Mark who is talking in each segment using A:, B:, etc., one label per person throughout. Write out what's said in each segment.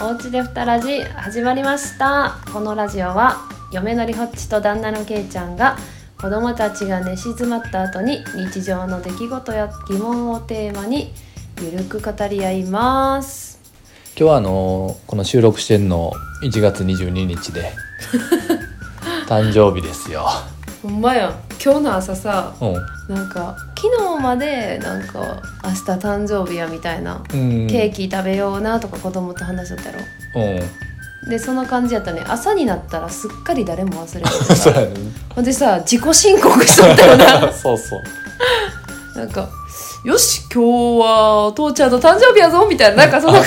A: おうちでふたラジ始まりましたこのラジオは嫁のりほっちと旦那のけいちゃんが子供たちが寝静まった後に日常の出来事や疑問をテーマにゆるく語り合います
B: 今日はあのこの収録してんの1月22 日で誕生日ですよ、
A: ほんまや今日の朝さ
B: う
A: なんか昨日までなんか明日誕生日やみたいな、
B: んうん、
A: ケーキ食べようなとか子供と話しとったやろ
B: う
A: でその感じやったね朝になったらすっかり誰も忘れて
B: ん そうや
A: たでさ自己申告しとったよな
B: ねそうそう
A: なんか「よし今日は父ちゃんの誕生日やぞ」みたいななんかそん な
B: い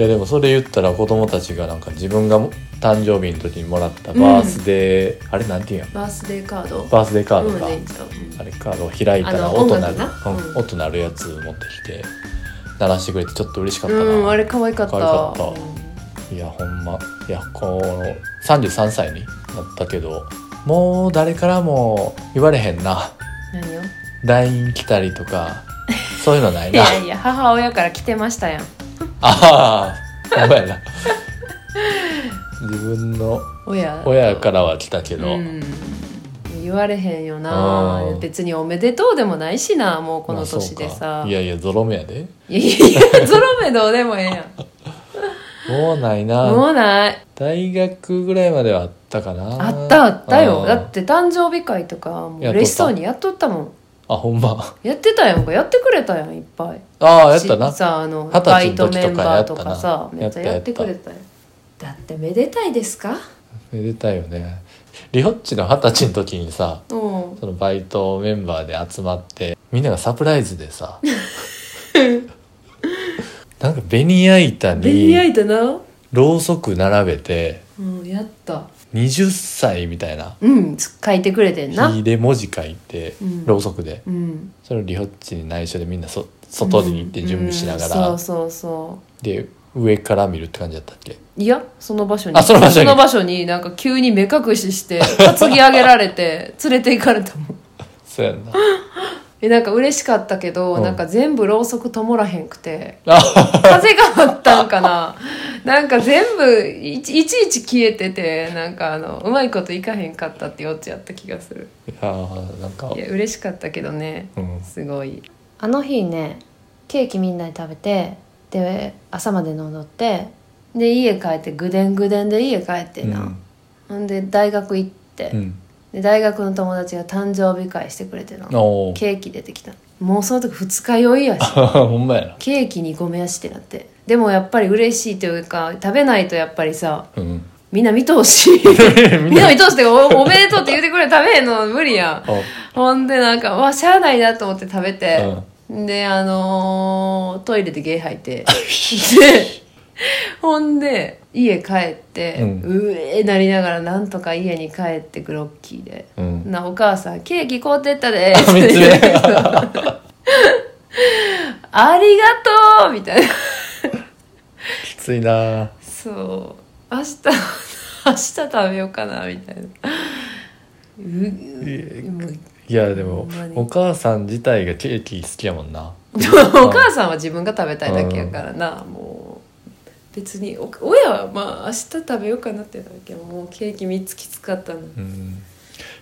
B: やでもそれ言ったら子供たちがなんか自分が誕生日の時にもらったバースデー、あれなんていうんや
A: バースデーカード
B: バースデーカード
A: うん
B: か、
A: ねいいじゃんうん
B: あれカードを開いた
A: あ
B: ら
A: の
B: 音鳴る
A: 音楽な
B: うん
A: うん
B: 音鳴るやつ持ってきて鳴らしてくれてちょっと嬉しかったな、
A: うんあれ可愛かった
B: 可愛かった
A: うん
B: いやほんまいやこの33歳になったけどもう誰からも言われへんな
A: 何よ
B: LINE 来たりとかそういうのない
A: い
B: な
A: やいや母親から来てましたやん
B: ああやばいな自分の
A: 親
B: 親からは来たけど、
A: うん言われへんよな
B: うん
A: 別におめでとうでもないしなもうこ
B: ま
A: の
B: あそうか
A: 年でさ、
B: いやいやゾロ目やで
A: いやいやゾロ目どうでもええやん
B: もうない
A: も
B: な
A: うない
B: 大学ぐらいまではあったかな
A: あったあったよ
B: うん
A: だって誕生日会とかもう嬉しそうにやっとったもん
B: あほんま
A: やってたやんかやってくれたやんいっぱい
B: ああやったな
A: しさあの
B: 二
A: バ
B: 十歳
A: イ
B: の
A: ト
B: 時とか
A: メンバーとかさめ
B: や
A: っ
B: っ
A: ちゃ
B: たな
A: やってくれたやんだってめでたいですか
B: めでたいよねリホッチの二十歳の時にさ
A: うん
B: そのバイトメンバーで集まってみんながサプライズでさ なんかベニヤ板
A: ベニヤ
B: に
A: 板な
B: ろうそく並べて
A: うんやった
B: 20歳みたいな
A: うん書いてくれてんな
B: 火で文字書いて、
A: うん
B: ろうそくで
A: うん
B: それをリホッチに内緒でみんなそ外に行って準備しながら、
A: うんそうそうそ
B: で上から見るって感じだったっけ
A: ういやその場所に
B: あその場所に
A: になんか急に目隠し して担ぎ上げられて連れて行かれたもん
B: そうやんな
A: えなんか嬉しかったけど、
B: うん
A: なんか全部ろうそくともらへんくて
B: あ
A: 風があったんかななんか全部いちいちいち消えててなんかあのうまいこといかへんかったってオチやった気がする
B: いやーなんか
A: いや嬉しかったけどね
B: うん
A: すごいあの日ねケーキみんなで食べてで朝まで飲んどってで家帰ってぐでんぐでんで家帰ってな、
B: うん
A: ほんで大学行って、
B: うん
A: で大学の友達が誕生日会してくれてな
B: おー
A: ケーキ出てきたもうその時二日酔いやし
B: ほんまやな
A: ケーキにごめやしってなってでもやっぱり嬉しいというか食べないとやっぱりさ
B: うん
A: みんな見通 しみんな見通しっておおめでとうって言うてくれる食べへんの無理やん
B: あ
A: ほんでなんかわしゃあないなと思って食べて、であのートイレでゲー吐い てでほんで家帰って、う
B: うん
A: えーなりながらなんとか家に帰ってグロッキーで「
B: うん
A: なお母さんケーキ買うてったで」
B: あ見つめ
A: ありがとう!」みたいな。
B: きついな
A: そう明日 明日食べようかなみたいなうもう
B: いやで
A: ほ
B: も
A: んまに
B: お母さん自体がケーキ好きやもんな
A: お母さんは自分が食べたいだけやからな、もう別にお親はまあ明日食べようかなってだけもうケーキ3つきつかったの
B: うん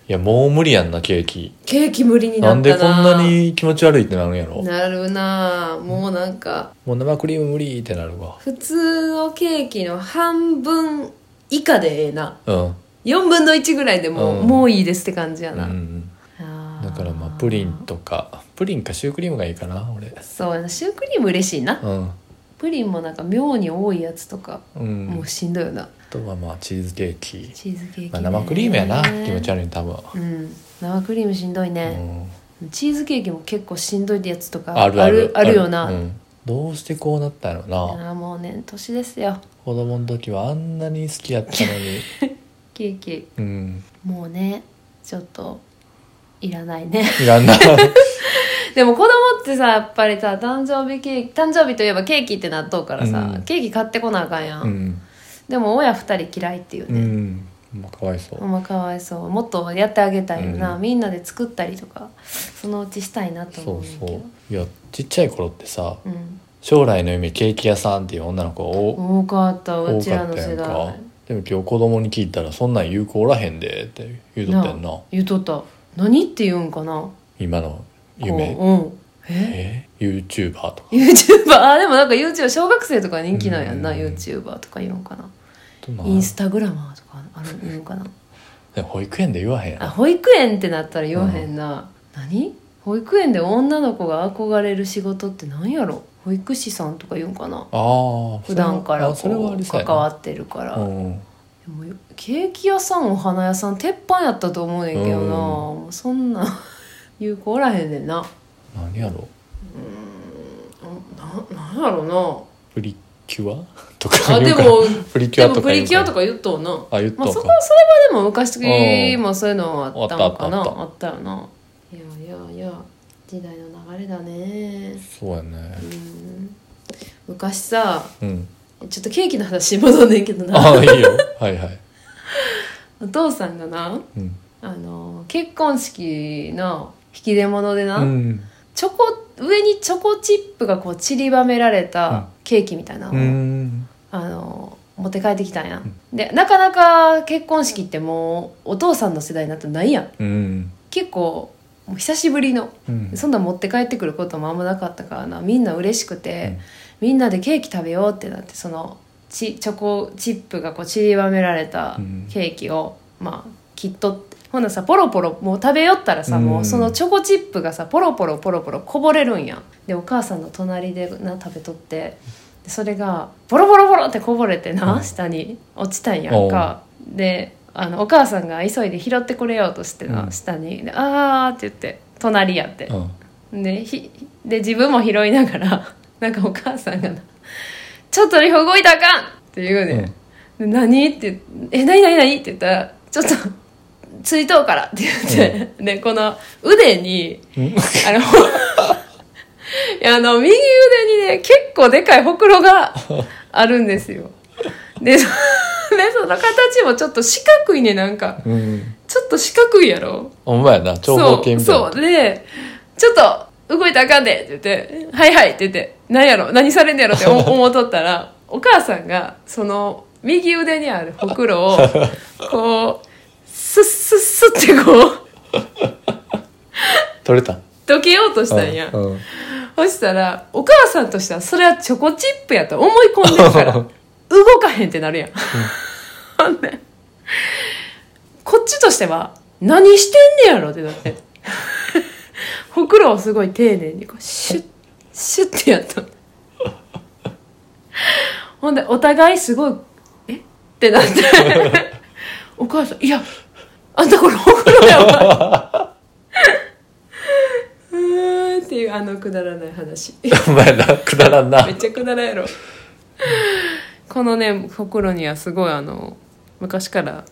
B: いやもう無理やんなケーキ
A: ケーキ無理にな
B: な
A: ったなん
B: でこんなに気持ち悪いってなるんやろ
A: なるなもうなんか
B: もう生クリーム無理ってなるわ
A: 普通のケーキの半分以下でええな
B: うん、
A: 4分の1ぐらいでもう、
B: うん
A: もういいですって感じや
B: う
A: な、
B: ん、
A: あー
B: だからまあプリンとかプリンかシュークリームがいいかな俺
A: そうやなシュークリーム嬉しいな
B: うん
A: プリンもなんか妙に多いやつとか、
B: うん、
A: もうしんどいよな
B: あとはまあチーズケーキ、
A: チーズケーキ、ね
B: まあ、生クリームやな気持ち悪いの多分、
A: うん生クリームしんどいね、
B: うん、
A: チーズケーキも結構しんどいやつとか
B: あるある
A: あるよな、
B: うんどうしてこうなったんやろな
A: ああもうね年ですよ
B: 子供の時はあんなに好きやったのに
A: ケーキ
B: うん
A: もうねちょっといらないね
B: いらんな
A: でも子供ってさやっぱりさ誕生日ケーキ誕生日といえばケーキってなっとうからさ、
B: うん
A: ケーキ買ってこなあかんやん、
B: うん
A: でも親二人嫌いっていう
B: う
A: ね、
B: んまあかわいそう
A: ほんまかわいそうもっとやってあげたいよな、
B: うん
A: みんなで作ったりとかそのうちしたいなと
B: そ
A: 思う
B: うん
A: やけ
B: そ
A: ど
B: ういやちっちゃい頃ってさ
A: うん
B: 小将来の夢ケーキ屋さんっていう女の子を
A: 多かった
B: 多
A: うち
B: からっ
A: の
B: たや
A: 世
B: んか
A: 代
B: でも今日子供に聞いたらそんなん有効おらへんでって言うとったやんな
A: 言うとった何って言うんかな
B: 今の夢
A: こううんえ
B: え YouTuber とか
A: YouTuber あでもなんか YouTuber 小学生とか人気なんやんな
B: うん
A: YouTuber とか言うんかな
B: どんな
A: インスタグラマーとかあの言うんかな
B: でも保育園で言わへんや
A: あ
B: ん
A: 保育園ってなったら言わへんな、何保育園で女の子が憧れる仕事って何やろ保育士さんとか言うんかな
B: あー
A: 普段から
B: あそれは
A: こ
B: あ
A: う
B: りそう
A: 関
B: や
A: わ
B: な
A: ってるから、
B: うん
A: でもケーキ屋さんお花屋さん鉄板やったと思うねんけどな、
B: うん
A: もうそんなん 言う子おらへんねんな
B: 何やろ
A: ななんやろ
B: プリキュアと
A: な
B: か
A: あ
B: 言
A: で
B: うか
A: も
B: プリキ
A: で
B: ュアと
A: も
B: か
A: プリキュアと
B: か
A: か言っとうな
B: あ言っ
A: まあ、
B: たん
A: そこ
B: か
A: はそれはでも昔もそういうのはあったのかな
B: あ
A: あ
B: っ
A: った
B: たあ
A: よないやいやいや時代の流れだね
B: そうやね
A: うん昔さ
B: うん
A: ちょっとケーキの話戻んねんけどな
B: ああいいよはいはい
A: お父さんがな
B: うん
A: あの結婚式の引き出物でな、
B: うん
A: チョコ上にチョコチップがこう散りばめられたケーキみたいなのを、
B: うん
A: あの持って帰ってきたんや、でなかなか結婚式ってもうお父さんの世代になってないやん
B: うん
A: 結構もう久しぶりの
B: うん
A: そんなん持って帰ってくることもあんまなかったからなみんな嬉しくて
B: うん、
A: みんなでケーキ食べようってなってそのチチョコチップがこう散りばめられた
B: うん
A: ケーキを、まあ切っとってほんならさポロポロもう食べよったらさ、
B: うん
A: もうそのチョコチップがさポロポロポロポロこぼれるんやでお母さんの隣でな食べとってでそれがボロボロボロってこぼれてな、
B: うん
A: 下に落ちたんやんかであのお母さんが急いで拾ってこれようとしてな、
B: うん
A: 下にで「あー」って言って隣やって
B: うん
A: でひで自分も拾いながら なんかお母さんがな「ちょっとリフ動いたらあかん!」って言うね、ん、で何って「え何何何?」って言ったら「ちょっとついとうから」って言って、でこの腕に
B: うん
A: あのいやあの右腕にね結構でかいほくろがあるんですよでそでその形もちょっと四角いねなんか
B: うん
A: ちょっと四角いやろ
B: ほんまやな長方形みたい
A: そ
B: な
A: うそうでちょっと動いたらあかんでって言って「はいはい」って言って「何やろ何されんのやろ」って 思思っとったらお母さんがその右腕にあるほくろをこうスッスッスッってこう
B: 取れた
A: どけようとしたんや、
B: うん
A: そしたらお母さんとしてはそれはチョコチップやと思い込んでるから動かへんってなるやん、 ほんでこっちとしては何してんねやろってなってほくろをすごい丁寧にこうシュッシュッてやったほんでお互いすごい「えっ?」てなってお母さん「いやあんたこれほくろやわ」 うーんっていうあのくだらない話め
B: ほんまやなくだら んな
A: っちゃくだらんやろこのね心にはすごいあの昔から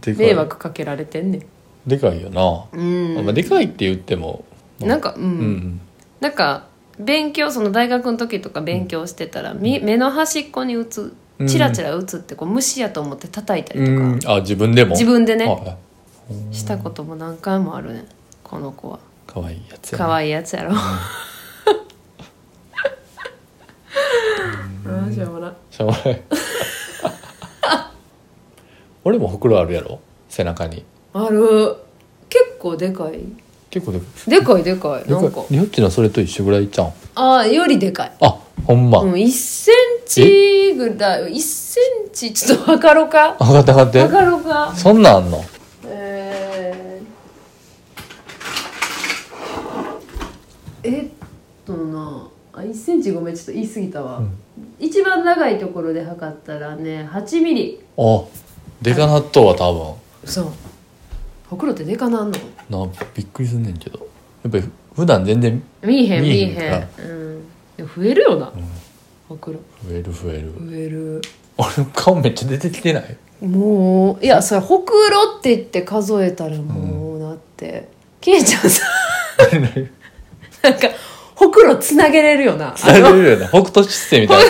B: でか
A: 迷
B: い
A: 惑かけられてんね
B: でかいよな、
A: ん
B: まあ、でかいって言っても
A: なんかうん、
B: うん
A: なんか勉強その大学の時とか勉強してたら、み目の端っこに打つ
B: うん
A: チラチラ打つってこう虫やと思って叩いた
B: う
A: りとか
B: んあ自分でも
A: 自分でね
B: ね
A: したことも何回もあるねこの子は
B: かわいいやつや
A: 可
B: い
A: 愛いやつやろ あーしょうもない
B: しょうがない 俺もほくろあるやろ背中に
A: ある結構でかい
B: 結構でか
A: でかいでかい
B: いで
A: な
B: か
A: んか
B: いりょっちのそれと一緒ぐらいじゃん
A: あーよりでかい
B: あほんま、
A: うん1センチぐらい1センチちょっと分かろうか
B: 上がって上がっ
A: 分
B: て
A: かろうか
B: そんなんあんの
A: えー、えっとなあ1センチごめんちょっと言い過ぎたわ、一番長いところで測ったらね8ミリ
B: あでか納豆は多分
A: そうほくろってでかなんの
B: なびっくりすんねんけどやっぱり普段全然
A: 見えへん見
B: 見
A: え
B: え
A: へん
B: へん
A: うんでも増えるよな、ほくろ
B: 増える増える
A: 増える
B: 俺顔めっちゃ出てきて ない
A: もういやそれほくろって言って数えたらもうなって、けいちゃんさなんかほくろつなげれるよな
B: されるよね北斗七星みたい
A: そ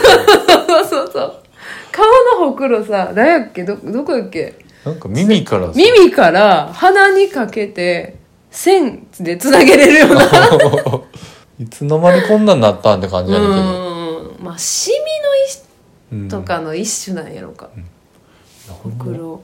A: うそうそう顔のほくろさ何やっけどどこやっけ
B: ななんか耳からさ
A: 耳から鼻にかけて線でつなげれるよな
B: いつの間にこんなんなったんって感じ
A: う
B: なんだけど
A: んまあシミ
B: うん
A: とかの一種なんやろか、
B: いやほん
A: ほく
B: ま
A: ろ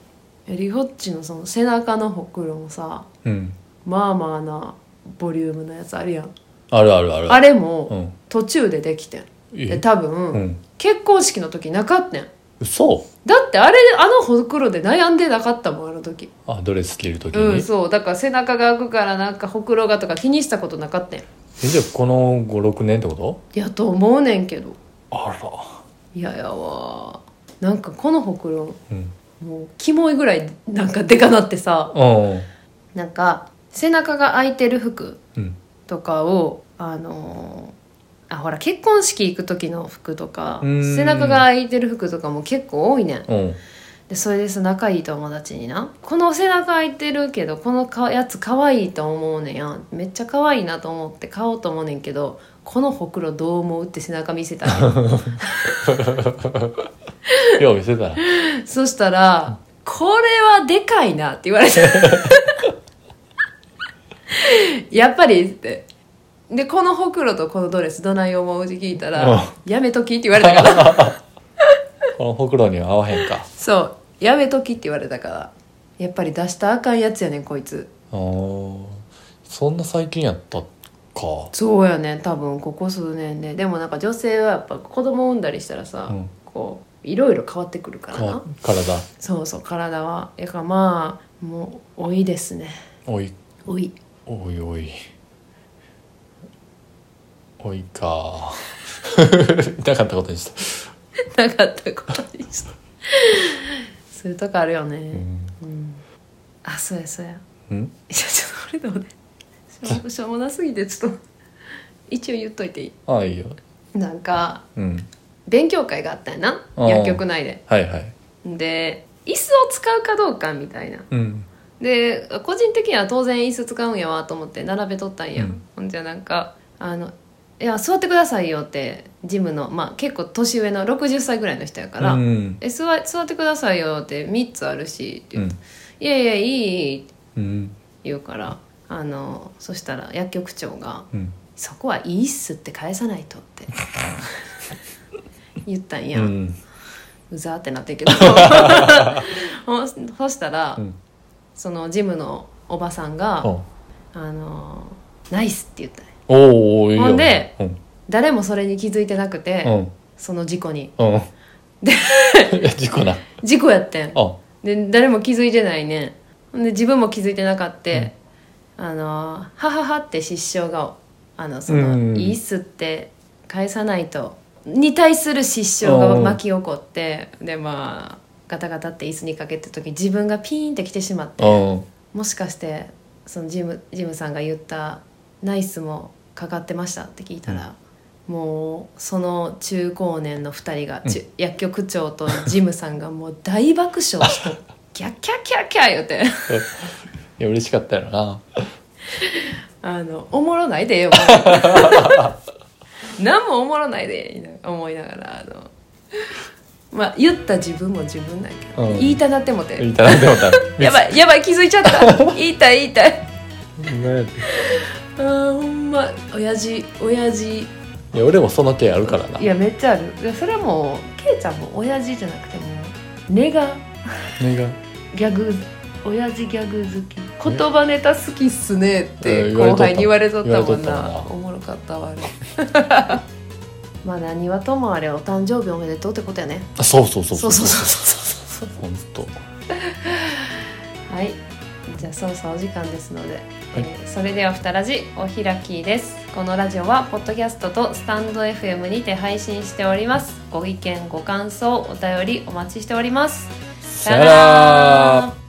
A: えリホッチのその背中のほくろもさ
B: うん
A: まあまあなボリュームのやつあるやん
B: あるあるある
A: あ
B: れ
A: れ
B: う
A: も
B: ん
A: 途中でできてんで
B: え
A: 多分、
B: うん
A: 結婚式の時なかったん
B: 嘘
A: だってあれあのほくろで悩んでなかったもんあの時
B: あドレス着るとき
A: う
B: に
A: んそうだから背中が開くからなんかほくろがとか気にしたことなかったん
B: えじゃあこの56年ってこ
A: やと思うねんけど
B: とあら
A: いややわなんかこのほくろ
B: うん
A: もうキモいぐらいなんかでかなってさ
B: うん
A: なんか背中が開いてる服
B: うん
A: とかをあのーあほら結婚式行く時の服とか
B: うん
A: 背中が開いてる服とかも結構多いねん
B: うん
A: でそれでさ仲いい友達にな「この背中開いてるけどこのかやつ可愛いと思うねんやんめっちゃ可愛いなと思って買おうと思うねんけどこのほくろどう思う?」って背中見せた ら
B: よう見せたら
A: そしたら「これはでかいな」って言われ たやっぱりってでこのほくろとこのドレスどない思うって聞いた
B: うん
A: ら「やめとき」って言われたから
B: このほくろには合わへんか
A: そう「やめとき」って言われたからやっぱり出したらあかんやつやねんこいつ
B: あーそんな最近やったか
A: そうやね多分ここ数年ででもなんか女性はやっぱ子供産んだりしたらさ、
B: うん
A: こういろいろ変わってくるからな
B: か体
A: そうそう体はだからまあもう老いですね
B: おい
A: 老い
B: おいおいおいかなかったことにした
A: なかったことにしたそういうとこあるよね、
B: うん
A: あそうやそうやいや
B: うん
A: ちょっとこれでもねしょうしょうもなすぎてちょっと一応言っといてい
B: ああいいよ
A: いなんか
B: うん
A: 勉強会があったんや
B: あ
A: な
B: ー
A: 薬局内で
B: はいはい
A: で椅子を使うかどうかみたいな
B: うん
A: で個人的には当然椅子使うんやわと思って並べとったんや、
B: うん
A: ほんじゃなんか「あのいや座ってくださいよ」ってジムの、まあ、結構年上の60歳ぐらいの人やから「
B: うん
A: え座座ってくださいよ」って3つあるしって
B: う
A: 言うんといやいやいい」って
B: うん
A: 言うからあのそしたら薬局長が
B: うん
A: 「そこはいいっす」って返さないとって言ったん
B: う
A: や、うんざーってなってん けどほそしたら、
B: うん
A: そのジムのおばさんが「あのナイスって言ったね
B: おおいいよ
A: ほんで
B: うん
A: 誰もそれに気づいてなくて、
B: うん
A: その事故に
B: うんいや 事故な
A: 事故やってん
B: あ
A: で誰も気づいてないねんほんで自分も気づいてなかって、あの「ははは」って失笑があのその
B: う
A: 「
B: ん
A: いいっす」って返さないとに対する失笑が巻き起こってでまあガタガタって椅子にかけた時自分がピーンって来てしまって
B: うん
A: もしかしてそのジムジムさんが言った「ナイスもかかってました」って聞いたら、もうその中高年の2人が、ちゅ薬局長とジムさんがもう大爆笑して キャッキャッキャッキャッ言うて
B: いや嬉しかったよな
A: 「あのおもろない でよ」何もおもろないで」思いながらあの。まあ、言った自分も自分なんやけど、
B: うん
A: 言いたなってもて
B: いただいてもた
A: やばいやばい気づいちゃった 言いたい言いたいあーほんま親父親父
B: いや俺もその手あるからない
A: やめっちゃあるいやそれはもうケイちゃんも親父じゃなくても根が
B: 目が
A: ギャグ親父ギャグ好き言葉ネタ好きっすねっ
B: う
A: て
B: ん
A: 後輩に言われとったもん
B: 言わ
A: な
B: れとったもんな
A: おもろかったわあれ まあ何はともあれお誕生日おめでとうってことやね
B: あそうそうそう
A: そうそうそうそうそ
B: う
A: うそ
B: 本当
A: うはいじゃあそろそろお時間ですので、
B: い
A: えーそれでは「ふたラジ」お開きですこのラジオはポッドキャストとスタンド FM にて配信しておりますご意見ご感想お便りお待ちしております
B: さよなら